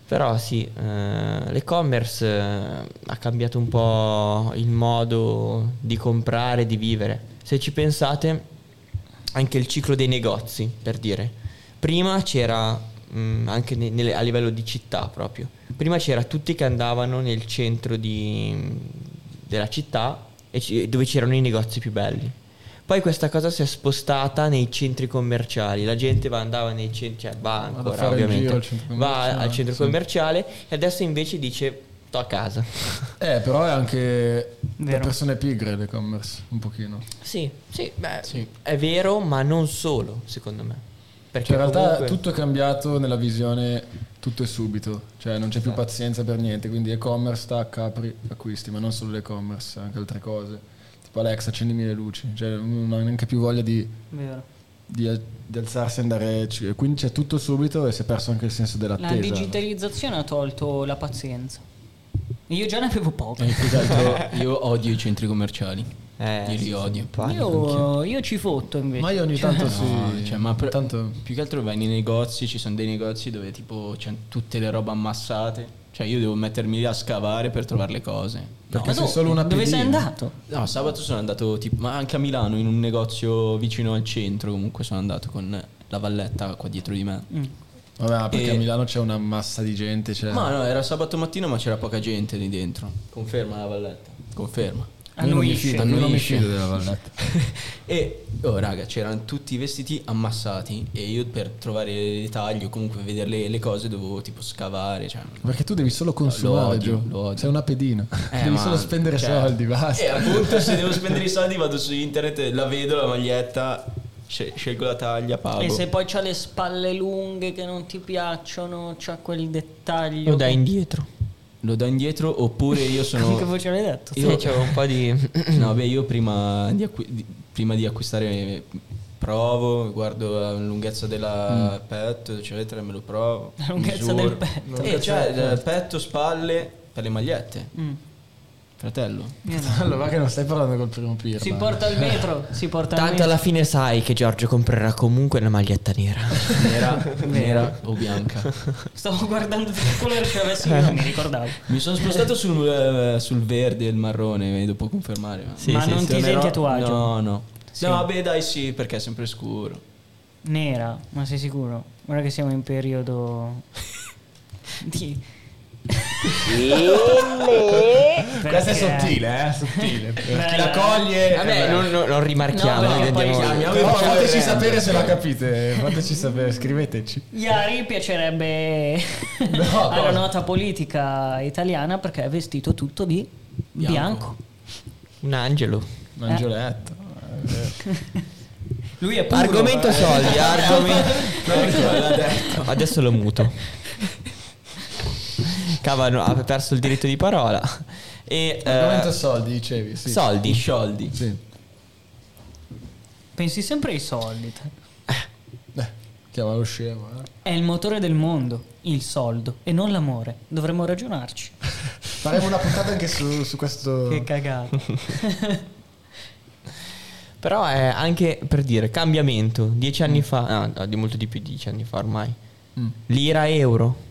Però sì, eh, l'e-commerce eh, ha cambiato un po' il modo di comprare, di vivere. Se ci pensate, anche il ciclo dei negozi, per dire. Prima c'era, mh, anche ne- nelle- a livello di città proprio, prima c'era tutti che andavano nel centro di- della città e ci- dove c'erano i negozi più belli. Poi questa cosa si è spostata nei centri commerciali, la gente va, andava nei centri, cioè va
a
ancora
fare il
ovviamente,
giro al centro
va
commerciale,
al centro
sì.
commerciale e adesso invece dice sto a casa.
Eh, però è anche da
Vero.
persone pigre l'e-commerce, un pochino.
sì, sì, beh,
Sì.
è vero, ma non solo, secondo me. Perché
Cioè, in realtà
comunque-
tutto è cambiato nella visione, tutto è subito, cioè non c'è più pazienza per niente, quindi e-commerce, tac, apri, acquisti, ma non solo l'e-commerce, anche altre cose. Tipo Alexa, accendimi le luci, cioè non non ha neanche più voglia di,
vero.
di- di alzarsi e andare, ci- quindi c'è tutto subito e si è perso anche il senso
La
dell'attesa.
digitalizzazione ha tolto la pazienza. Io già ne avevo poca.
Eh, più che altro io odio i centri commerciali.
Eh,
io li
sì, sì,
odio.
panico anch'io.
Io, io ci fotto invece.
Ma io ogni tanto sì,
No, cioè, ma per-
tanto
più che altro vai nei negozi, ci sono dei negozi dove tipo c'è tutte le robe ammassate. Cioè io devo mettermi lì a scavare per trovare le cose.
perché
Ma
sei
dove-
solo una
Dove sei
pedina.
andato?
No, sabato sono andato tipo, ma anche a Milano in un negozio vicino al centro, comunque sono andato con la valletta qua dietro di me.
Mm,
Vabbè, ma perché
E-
a Milano c'è una massa di gente, cioè...
Ma no, era sabato mattina ma c'era poca gente lì dentro. Conferma la valletta. Conferma.
io non mi
Annuisce.
fido, io non mi
Annuisce.
fido della Valletta.
e oh raga, c'erano tutti i vestiti ammassati e io per trovare i dettagli o comunque vedere le, le cose dovevo tipo scavare, cioè
Perché tu devi solo consumare,
odio,
Gio.
lo odio.
Sei una pedina.
Eh,
devi
ma-
solo spendere
cioè-
soldi, basta.
E appunto se devo spendere i soldi vado su internet, la vedo la maglietta, sce- scelgo la taglia, pago.
E se poi c'ha le spalle lunghe che non ti piacciono, c'ha quel dettaglio.
Lo dai indietro.
Lo do indietro oppure io sono...
Che voce l'hai detto?
Io-
Io c'avevo un po' di.
No, beh, io prima di, acqui- di- prima di acquistare provo, guardo la lunghezza del petto, eccetera, me lo provo.
Mm. La lunghezza
misuro.
del petto. certo.
Eh, cioè, eh, petto, spalle per le magliette.
Mm.
Fratello.
Io no.
Allora, che non stai parlando col primo pirla.
Si porta al metro, si porta al
Tanto
metro.
alla fine sai che Giorgio comprerà comunque una maglietta nera.
Nera, nera o bianca.
Stavo guardando il colore ce l'avessi io, non mi ricordavo.
Mi sono spostato sul, eh, sul verde e il marrone, eh, devo confermare. Ma,
Sì,
Ma
sì,
non
sì.
ti senti a tuo agio?
No, no.
Sì.
No, vabbè, dai, sì, perché è sempre scuro.
Nera, ma sei sicuro? Ora che siamo in periodo di
Questa è
Perché-
sottile, eh? Sottile. Per chi
Beh,
la coglie.
eh, Vabbè, non, non- non rimarchiamo.
Eh,
eh,
No, perché
non
poi
andiamo-
chiami-
Però fateci sapere se la capite. Fateci sapere, scriveteci.
Iari piacerebbe
No,
alla
cosa?
nota politica italiana perché è vestito tutto di bianco.
Bianco.
Un angelo.
Angioletto.
Lui è puro. Eh.
Argomento soldi, argomento.
L'ha detto.
Adesso lo muto. Cavano, ha perso il diritto di parola. E. eh,
Argomento soldi, dicevi. Sì.
I
soldi.
soldi.
Sì.
Pensi sempre ai soldi. te.
Eh, chiama lo scemo. Eh.
È il motore del mondo, il soldo, e non l'amore. Dovremmo ragionarci.
Faremo una puntata anche su, su questo.
Che cagata. Mm.
Però è anche per dire cambiamento. Dieci anni fa, no, no, di molto di più di dieci anni fa ormai. lira euro.
Mm.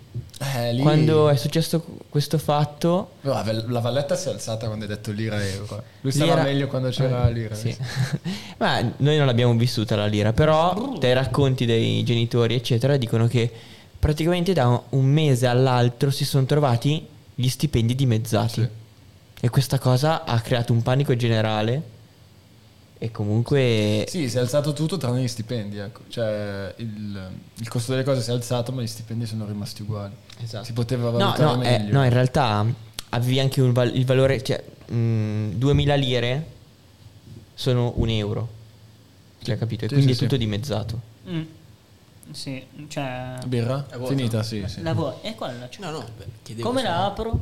Eh, lì-
Quando è successo questo fatto,
No, la valletta si è alzata quando hai detto lira euro. Lui stava
Lira-
meglio quando c'era la lira. eh,
Sì. Ma noi non l'abbiamo vissuta la lira, però dai racconti dei genitori, eccetera, dicono che praticamente da un mese all'altro si sono trovati gli stipendi dimezzati.
Sì.
E questa cosa ha creato un panico generale. E comunque
Eh, Sì, si è alzato tutto tranne gli stipendi, ecco. Cioè il, il costo delle cose si è alzato, ma gli stipendi sono rimasti uguali.
Esatto.
Si poteva
No,
valutare
no, eh,
meglio.
no, in realtà avevi anche un val- il valore, cioè mh, 2000 lire sono un euro. Cioè, capito? E
Sì,
quindi
sì,
è tutto
sì.
dimezzato.
Mm. Sì, cioè...
Birra?
È vuota.
Finita, sì, sì.
La vuoi? E quella c'è.
No, no, beh, chiedevo
Come
se-
la apro?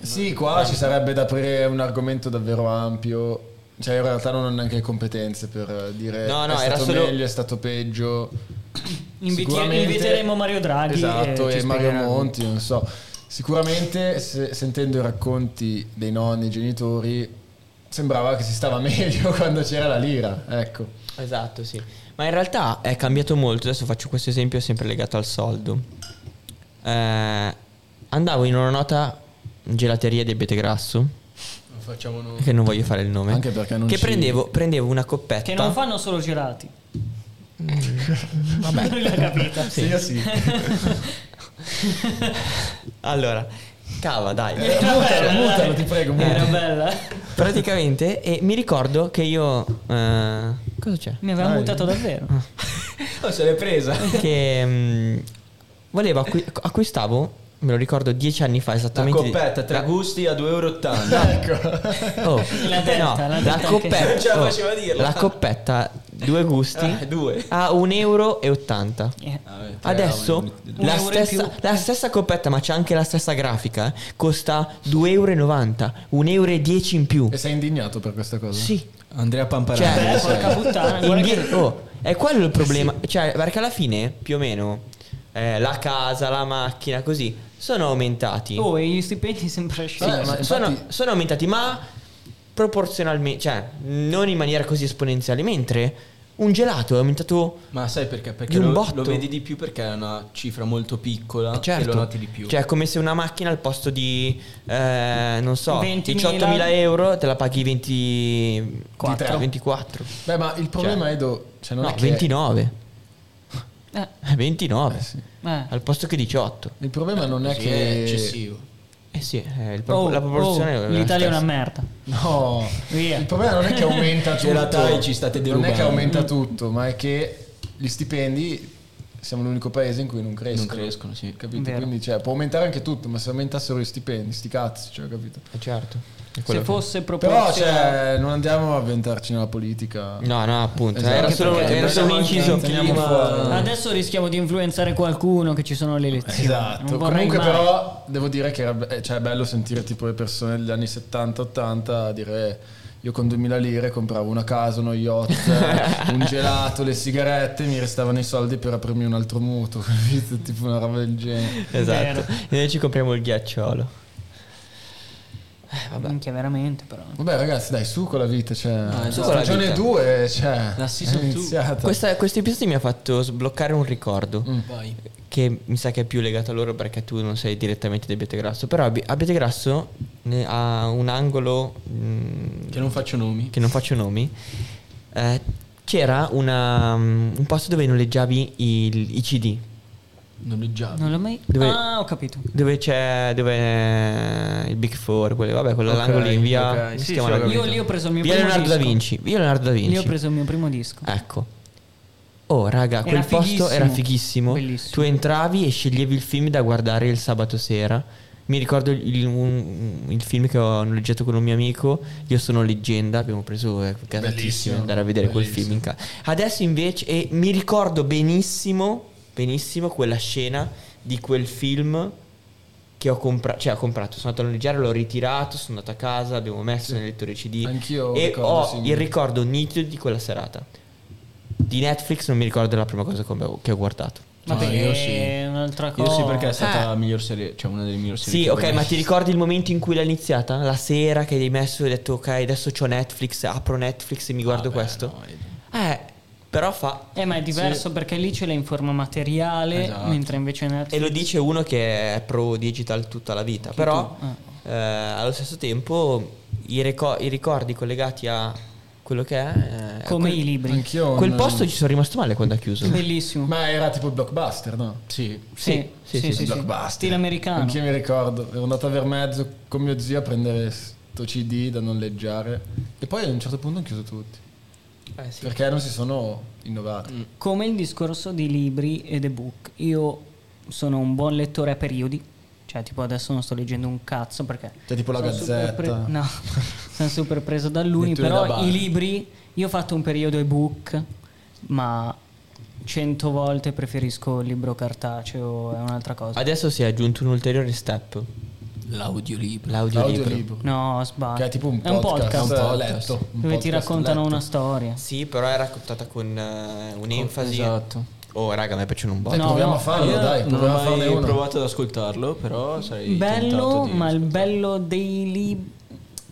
Sì, qua ci sarebbe da aprire un argomento davvero ampio. Cioè, in realtà non ho neanche le competenze per eh, dire
No, no,
è
era
stato
solo-
meglio, è stato peggio.
Inviti-
Sicuramente-
inviteremo Mario Draghi.
Esatto,
ci
e, Mario
spiegherà.
Monti, non so. Sicuramente se- sentendo i racconti dei nonni e genitori sembrava che si stava meglio quando c'era la lira, ecco.
Esatto, sì. Ma in realtà è cambiato molto. Adesso faccio questo esempio sempre legato al soldo. Eh, andavo in una nota gelateria di Betegrasso,
Non facciamo noi.
che non voglio fare il nome.
Anche perché non
Che
ci-
prendevo, prendevo una coppetta.
Che non fanno solo girati.
Vabbè.
Lui l'ha capita.
Sì, io sì.
Allora, cava, dai.
Era bella, dai.
Eh, mutalo, ti prego, mutalo.
Era bella.
Praticamente, e mi ricordo che io. eh, cosa c'è?
Mi aveva
Dai.
mutato davvero.
Oh, se l'è presa.
Che mm, volevo acqui- acquistavo, me lo ricordo dieci anni fa
La
esattamente.
coppetta, tre gusti a 2,80 euro.
ecco.
Oh,
La delta,
no,
la
la,
delta anche-
coppetta,
Non ce la
oh,
faceva a dirla.
la coppetta, due gusti
Ah, due.
a 1,80 euro. e ottanta.
Eh,
Ah.
Adesso
Un
la
euro in
stessa,
più.
la stessa coppetta, ma c'è anche la stessa grafica, eh, costa 2,90 euro, 1,10 euro in più.
E
Eh
sei indignato per questa cosa?
Sì,
Andrea Pamparani.
cioè,
Beh, Eh, porca puttana, guarda
indie-
che-
oh, è quello
Eh,
il problema. Cioè, perché alla fine, più o meno, eh, la casa, la macchina, così, sono aumentati.
Oh, e gli stipendi sempre
Vabbè,
scendono.
ma
sono,
infatti-
sono aumentati, ma proporzionalmente, cioè non in maniera così esponenziale. Mentre un gelato è aumentato.
Ma sai perché? Perché
Di un
lo,
botto.
lo vedi di più perché è una cifra molto
Ah,
piccola
Certo,
e lo noti di più.
Cioè, è come se una macchina al posto di eh, non so,
20.000
18.000 euro te la paghi 20,
Quattro.
24.
Beh, ma il problema
Cioè-
Edo, cioè non
No,
è che
29.
Eh,
Eh, 29
sì.
eh.
al posto che 18.
il problema non è
Sì,
che
è eccessivo.
Eh sì, eh, il pro-
Oh,
la proporzione
oh,
è la
l'Italia è
stessa.
una merda.
No,
Via.
il problema non è che aumenta tutto.
Gelatai, ci state
Non è
derubando.
che aumenta tutto, ma è che gli stipendi siamo l'unico paese in cui non crescono.
Non crescono, sì.
Capito?
Vero.
Quindi cioè, può aumentare anche tutto, ma se aumentassero gli stipendi, sti cazzi, cioè, capito?
Eh, certo. È quello
Se
che-
fosse
Però
proporzionale.
cioè, non andiamo a inventarci nella politica.
No, no, appunto.
Esatto,
era solo,
perché
era solo
dobbiamo
un inciso. Esatto.
anche- teniamo fuori.
Adesso rischiamo di influenzare qualcuno che ci sono le elezioni.
Esatto,
Non vorrei
comunque
mai.
però devo dire che era be- eh, cioè, è bello sentire tipo le persone degli anni 70-80 dire eh, io con 2000 lire compravo una casa, uno yacht, un gelato, le sigarette, mi restavano i soldi per aprirmi un altro mutuo, capito? tipo una roba del genere.
Esatto.
Vero.
E noi ci compriamo il ghiacciolo. Eh, vabbè.
Minchia, veramente però.
Vabbè ragazzi dai, su con la vita, cioè,
esatto.
Su con la
stagione
vita.
2 cioè,
La season
è iniziata.
Questa, questo episodio mi ha fatto sbloccare un ricordo.
Mm.
Vai.
Che mi sa che è più legato a loro perché tu non sei direttamente di Abietegrasso. Però Abi- Abietegrasso ne- ha un angolo. mm,
Che non faccio nomi.
che non faccio nomi, eh, c'era una, mm, un posto dove noleggiavi il- i CD.
Non è già.
Non l'ho mai.
Dove-
Ah, ho capito.
Dove c'è dove il Big Four, quelle, vabbè, quello
Ok,
all'angolo lì in via.
ok,
come si
sì,
chiama
sì, ho
la-
Io lì ho preso il mio
Via
primo
Leonardo da
disco.
Vinci. Via Leonardo da Vinci.
Lì ho preso il mio primo disco.
Ecco. Oh, raga, quel posto
fighissimo.
era fighissimo.
Bellissimo.
Tu entravi e sceglievi il film da guardare il sabato sera. Mi ricordo il, un- il film che ho noleggiato con un mio amico. Io sono leggenda. Abbiamo preso eh,
Bellissimo,
casatissimo andare a vedere quel film in casa. Adesso invece, e mi ricordo benissimo, benissimo quella scena di quel film che ho comprato. Cioè, ho comprato. Sono andato a noleggiare, l'ho ritirato. Sono andato a casa, l'abbiamo messo nel lettore CD.
Anch'io
E
ricordo
ho
simili.
il ricordo nitido di quella serata di Netflix non mi ricordo la prima cosa come ho- che ho guardato.
Ma
No,
perché
io
è
sì.
un'altra
Io
cosa.
sì perché è stata la miglior serie, cioè una delle migliori serie.
Sì,
che ho
ok, ma
visto.
ti ricordi il momento in cui l'ha iniziata? La sera che hai messo e hai detto ok, adesso c'ho Netflix, apro Netflix e mi guardo
Vabbè,
questo?
no, è-
Ah, Eh, Però fa...
Eh, ma è diverso perché lì ce l'hai in forma materiale,
Esatto.
mentre invece in Netflix
E lo dice uno che è pro digital tutta la vita. Però eh, allo stesso tempo i, reco- i ricordi collegati a quello che è... eh,
come
quel-
i libri.
Anch'io.
Quel
non-
posto ci sono rimasto male quando ha chiuso.
Bellissimo.
Ma era tipo il blockbuster, no?
Sì.
sì, sì,
sì,
sì,
sì,
sì, sì.
blockbuster.
Stile americano.
Anch'io mi ricordo, ero andato a Vermezzo con mio zio a prendere sto CD da noleggiare e poi a un certo punto hanno chiuso tutti
Eh, sì.
perché non si sono innovati.
Come il discorso di libri ed ebook, io sono un buon lettore a periodi, cioè tipo adesso non sto leggendo un cazzo perché...
Cioè, tipo la
sono super
Gazzetta. Cioè,
no, sono super preso dall'uni,
Letture da
però
bar.
i libri, io ho fatto un periodo ebook, ma cento volte preferisco il libro cartaceo, è un'altra
Ah,
cosa.
Adesso si è aggiunto un ulteriore step,
L'audiolibro.
l'audiolibro.
Audiolibro.
No, sbaglio.
Che è tipo un
è un
podcast,
podcast
eh, letto. Un
dove ti
podcast
raccontano
letto.
una storia.
Sì, però è raccontata con eh, un'enfasi.
Esatto.
Oh, raga, mi piacciono un
Dai,
botto.
No,
proviamo
no,
a farlo,
Io
dai,
non ho
proviamo a farne
mai
uno.
provato ad ascoltarlo, però sarei
Bello,
tentato di
ma il bello dei libri...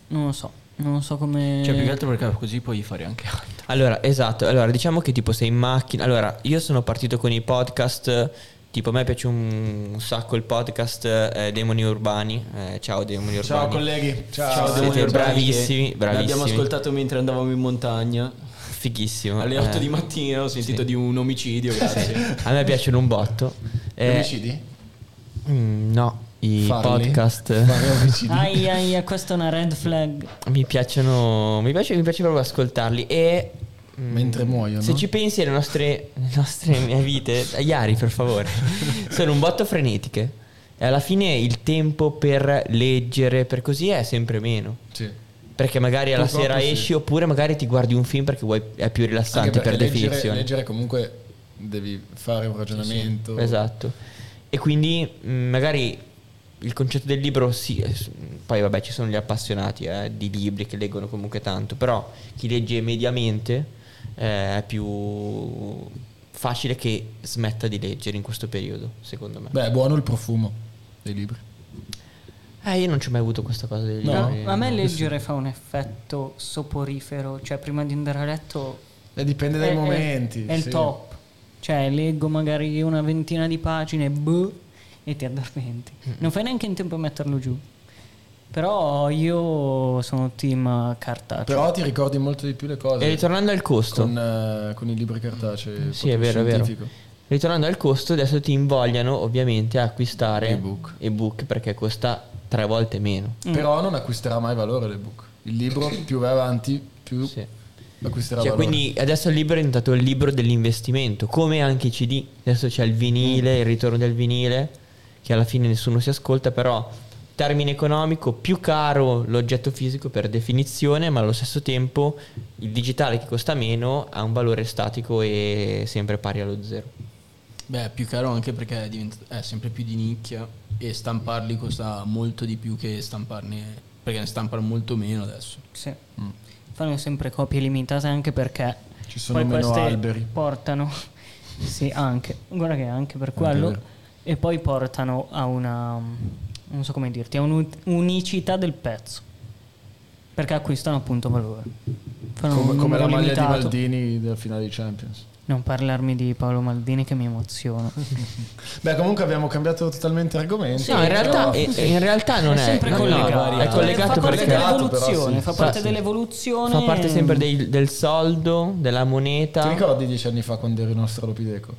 Non lo so, non lo so come...
Cioè, più che altro perché così puoi fare anche altro.
Allora, esatto. Allora, diciamo che tipo sei in macchina. Allora, io sono partito con i podcast. Tipo, a me piace un, un sacco il podcast eh, Demoni Urbani. Eh, ciao, Demoni Urbani.
Ciao colleghi, ciao,
Ciao,
Devo-
siete
Demonio Urbani,
bravissimi,
che
bravissimi.
L'abbiamo ascoltato mentre andavamo in montagna.
Fighissimo.
Alle
eh.
8 di mattina ho sentito di un omicidio, grazie.
A me piacciono un botto.
Gli
Eh,
omicidi?
mm, no, i
Farli?
podcast.
Fare omicidi.
Ai, ai, ai, questa è una red flag.
Mi piacciono, mi piace, mi piace proprio ascoltarli e... mm,
Mentre muoiono?
Se ci pensi alle nostre, alle nostre mie vite, Iari per favore, sono un botto frenetiche e alla fine il tempo per leggere, per così è sempre meno.
Sì.
Perché magari alla
Purtroppo
sera
sì.
esci oppure magari ti guardi un film perché vuoi, è
Anche
più rilassante per
perché leggere,
definizione.
leggere comunque devi fare un ragionamento.
Esatto. E quindi mh, magari il concetto del libro sì, eh, s- poi vabbè ci sono gli appassionati eh, di libri che leggono comunque tanto, però chi legge mediamente eh, è più facile che smetta di leggere in questo periodo, secondo me.
Beh, è buono il profumo dei libri.
Eh, io non ci ho mai avuto questa cosa del
No.
libro.
Però a me leggere fa un effetto soporifero, cioè prima di andare a letto
E dipende
è-
dai
è-
momenti.
È, il
sì.
top. Cioè leggo magari una ventina di pagine boh, e ti addormenti. Non fai neanche in tempo a metterlo giù. Però io sono team
Ah,
cartaceo.
cioè-
Però ti ricordi molto di più le cose.
E ritornando al costo.
con, eh, con i libri cartacei.
Mm. Sì, è vero, è vero. Ritornando al costo, adesso ti invogliano ovviamente a acquistare
E-book.
ebook perché costa tre volte meno.
Però non acquisterà mai valore l'ebook. Il libro più vai avanti, più
Sì.
acquisterà
Cioè,
valore.
quindi adesso il libro è diventato il libro dell'investimento, come anche i CD. Adesso c'è il
Mm.
vinile, il ritorno del vinile, che alla fine nessuno si ascolta, però termine economico, più caro l'oggetto fisico per definizione, ma allo stesso tempo il digitale che costa meno ha un valore statico e sempre pari allo zero.
Beh, più caro anche perché è, divent- è sempre più di nicchia e stamparli costa molto di più che stamparne, perché ne stampano molto meno adesso.
Sì.
Mm.
Fanno sempre copie limitate anche perché
Ci sono
poi
meno
queste
alberi.
portano sì, anche. Guarda che anche per quello
vero.
e poi portano a una non so come dirti, a un'unicità del pezzo. Perché acquistano appunto valore. Fanno
come,
un
come la
numero
maglia di
limitato.
Maldini della finale di Champions.
Non parlarmi di Paolo Maldini che mi emoziono.
Beh, comunque abbiamo cambiato totalmente argomento.
no, in realtà,
però-
e- e in realtà non è,
sempre
no, no,
collegato.
varia-
è collegato
fa parte
perché
della-
dell'evoluzione,
Però sì.
fa
Fa-
parte
sì.
dell'evoluzione.
fa parte sempre dei- del soldo, della
Ti
moneta.
ricordi dieci anni fa quando eri un australopiteco?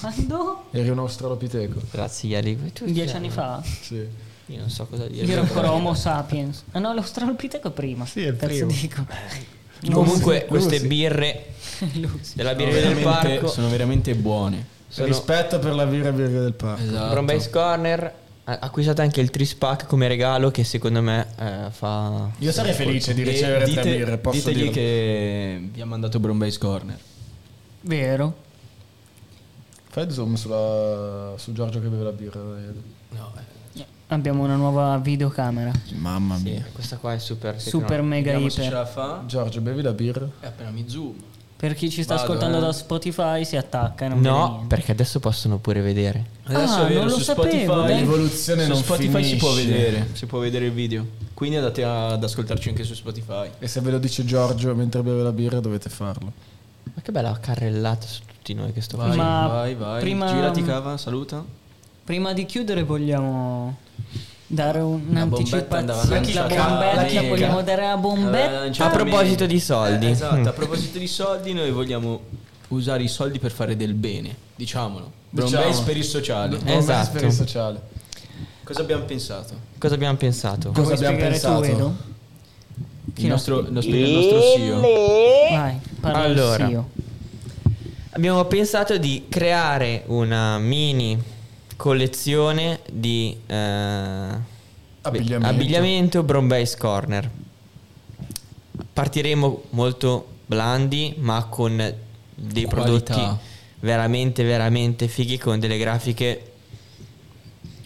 Quando?
Eri un australopiteco.
Grazie, Iari. Tu-
Dieci anni fa?
Sì.
Io non so cosa dire.
Io ero ancora Homo sapiens. Ah no, l'australopiteco è prima.
Sì, è il
Cazzo
primo.
dico.
Comunque,
Lucy.
queste
Lucy.
birre della
Sono
birreria del
veramente-
parco,
sono veramente buone.
sono
Rispetto per la birra e birra del parco.
Esatto.
from Base Corner. a- Acquistate anche il Trispack come regalo, che secondo me eh, fa.
Io sarei felice di
E
ricevere
dite-
tre birre, posso
ditegli
dirlo.
che vi ha mandato Brombase Corner.
Vero.
Fai zoom sulla- su Giorgio che beve la birra. dai.
eh,
Abbiamo una nuova videocamera.
Mamma
Sì,
mia.
questa qua è super.
Super
tecnologica.
mega
Vediamo se ce
iper.
la fa.
Giorgio, bevi la birra?
E appena mi zoom.
Per chi ci sta
Vado,
ascoltando
eh.
da Spotify si attacca. e Non vede
No,
niente.
perché adesso possono pure vedere.
Adesso
Ah,
è vero,
non lo
su
sapevo,
Spotify
dai.
L'evoluzione
su
non
Spotify si può
finisce.
vedere, si può vedere il video. Quindi andate ad ascoltarci anche su Spotify.
E se ve lo dice Giorgio mentre beve la birra dovete farlo.
Ma che bella carrellata su tutti noi che sto
Vai,
Ma
vai, vai.
prima-
Girati cava, saluta.
Prima di chiudere vogliamo dare
La bombetta
un'anticipazione.
andava
La
lanciata
bombetta,
mega.
vogliamo dare la
Eh,
bombetta.
lanciata
A proposito
mega.
di soldi.
Eh, esatto, a proposito di soldi noi vogliamo usare i soldi per fare del bene, diciamolo. Brown
Diciamo.
base per il sociale.
Eh. Esatto.
Esatto. sociale.
Cosa abbiamo pensato?
Cosa abbiamo pensato?
Cosa
Vuoi
abbiamo
spiegare
pensato?
Tu, Edo?
Il nostro, lo spiega il nostro CEO.
Vai, parla
Allora.
il CEO.
Abbiamo pensato di creare una mini collezione di eh,
Abbigliamento.
abbigliamento Brombeis Corner. Partiremo molto blandi, ma con dei
Qualità.
prodotti veramente, veramente fighi, con delle grafiche.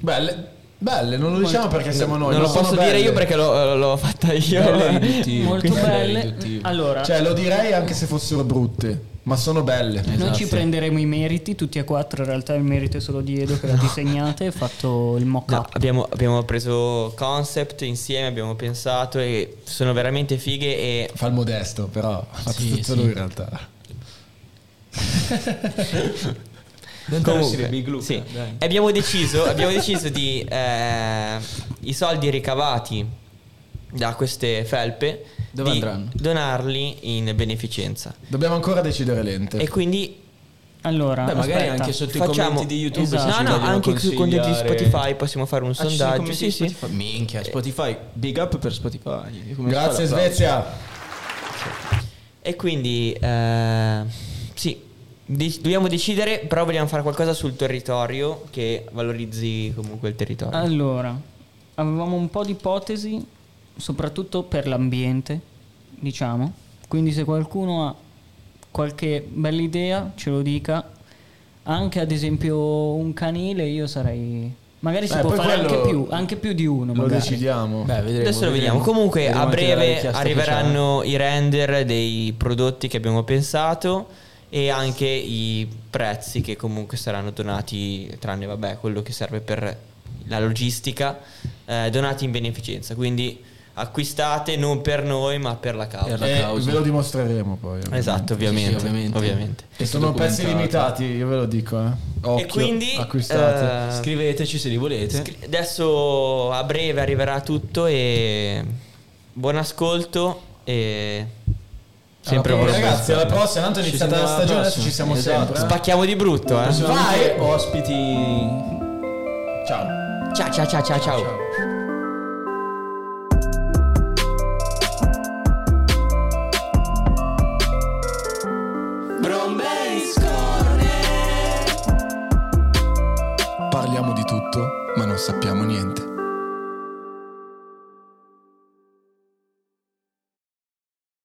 Belle, belle, non lo diciamo perché siamo noi.
non
ma
lo posso
sono
dire
belle.
io perché l'ho, l'ho fatta io.
Belle e riduttive.
Molto
Quindi-
belle.
riduttive.
Allora,
Cioè, lo direi anche se fossero brutte, ma sono belle.
noi
Esatto.
ci prenderemo i meriti, tutti e quattro. In realtà il merito è solo di Edo che l'ha disegnata e ha fatto il mock
No,
up.
abbiamo, abbiamo preso concept insieme, abbiamo pensato e sono veramente fighe e
Fa il modesto, però. Fa
Sì,
tutto
sì.
lui in realtà.
Non
Comunque,
Big Luca,
sì.
dai.
E abbiamo deciso, abbiamo deciso di eh, i soldi ricavati da queste felpe
Dove
di
andranno?
donarli in beneficenza.
Dobbiamo ancora decidere l'ente.
E quindi
Allora,
Beh, magari
aspetta.
anche Certo. sotto i
facciamo
commenti di YouTube se
Esatto.
ci
No, no,
vogliono
anche sui commenti di
consigliare-
Spotify possiamo fare un
Ah, ci sono
sondaggio.
commenti
Sì,
di
sì.
Spotify? Minchia, Spotify, big up per Spotify. Come
Grazie
si fa la-
Svezia.
E quindi eh, sì, dec- dobbiamo decidere, però vogliamo fare qualcosa sul territorio che valorizzi comunque il territorio.
Ah,
Allora, avevamo un po' di ipotesi, soprattutto per l'ambiente, diciamo. Quindi se qualcuno ha qualche bella idea, ce lo dica. Anche ad esempio un canile, io sarei... Magari si
Beh,
può
Eh, poi
fare anche
quello-
più, anche più di uno.
Lo
magari.
decidiamo.
Beh, vedremo,
Adesso lo vediamo. Comunque
Vedremo
a
anche la
breve
richiesta che
arriveranno i render dei prodotti che abbiamo pensato e anche i prezzi che comunque saranno donati, tranne vabbè, quello che serve per la logistica, eh, donati in beneficenza. Quindi acquistate non per noi ma per la causa.
Per la
E
causa.
Eh, ve lo dimostreremo poi.
Esatto,
Sì, sì,
ovviamente.
ovviamente.
ovviamente.
E sono pezzi
Documentato.
limitati, io ve lo dico. Eh. Occhio,
e quindi
acquistate.
eh,
Scriveteci se li volete.
scri- adesso a breve arriverà tutto e buon ascolto e sempre
Alla
buon
prossima, ragazzi, alla
ascolto.
prossima. Tanto è
Ci
iniziata la
sentiamo alla
stagione, adesso
prossima.
ci siamo
Esatto.
sempre. eh.
Spacchiamo di brutto, eh.
Vai!
Vai!
Ospiti
Ciao.
ciao ciao ciao ciao. ciao.
Ciao.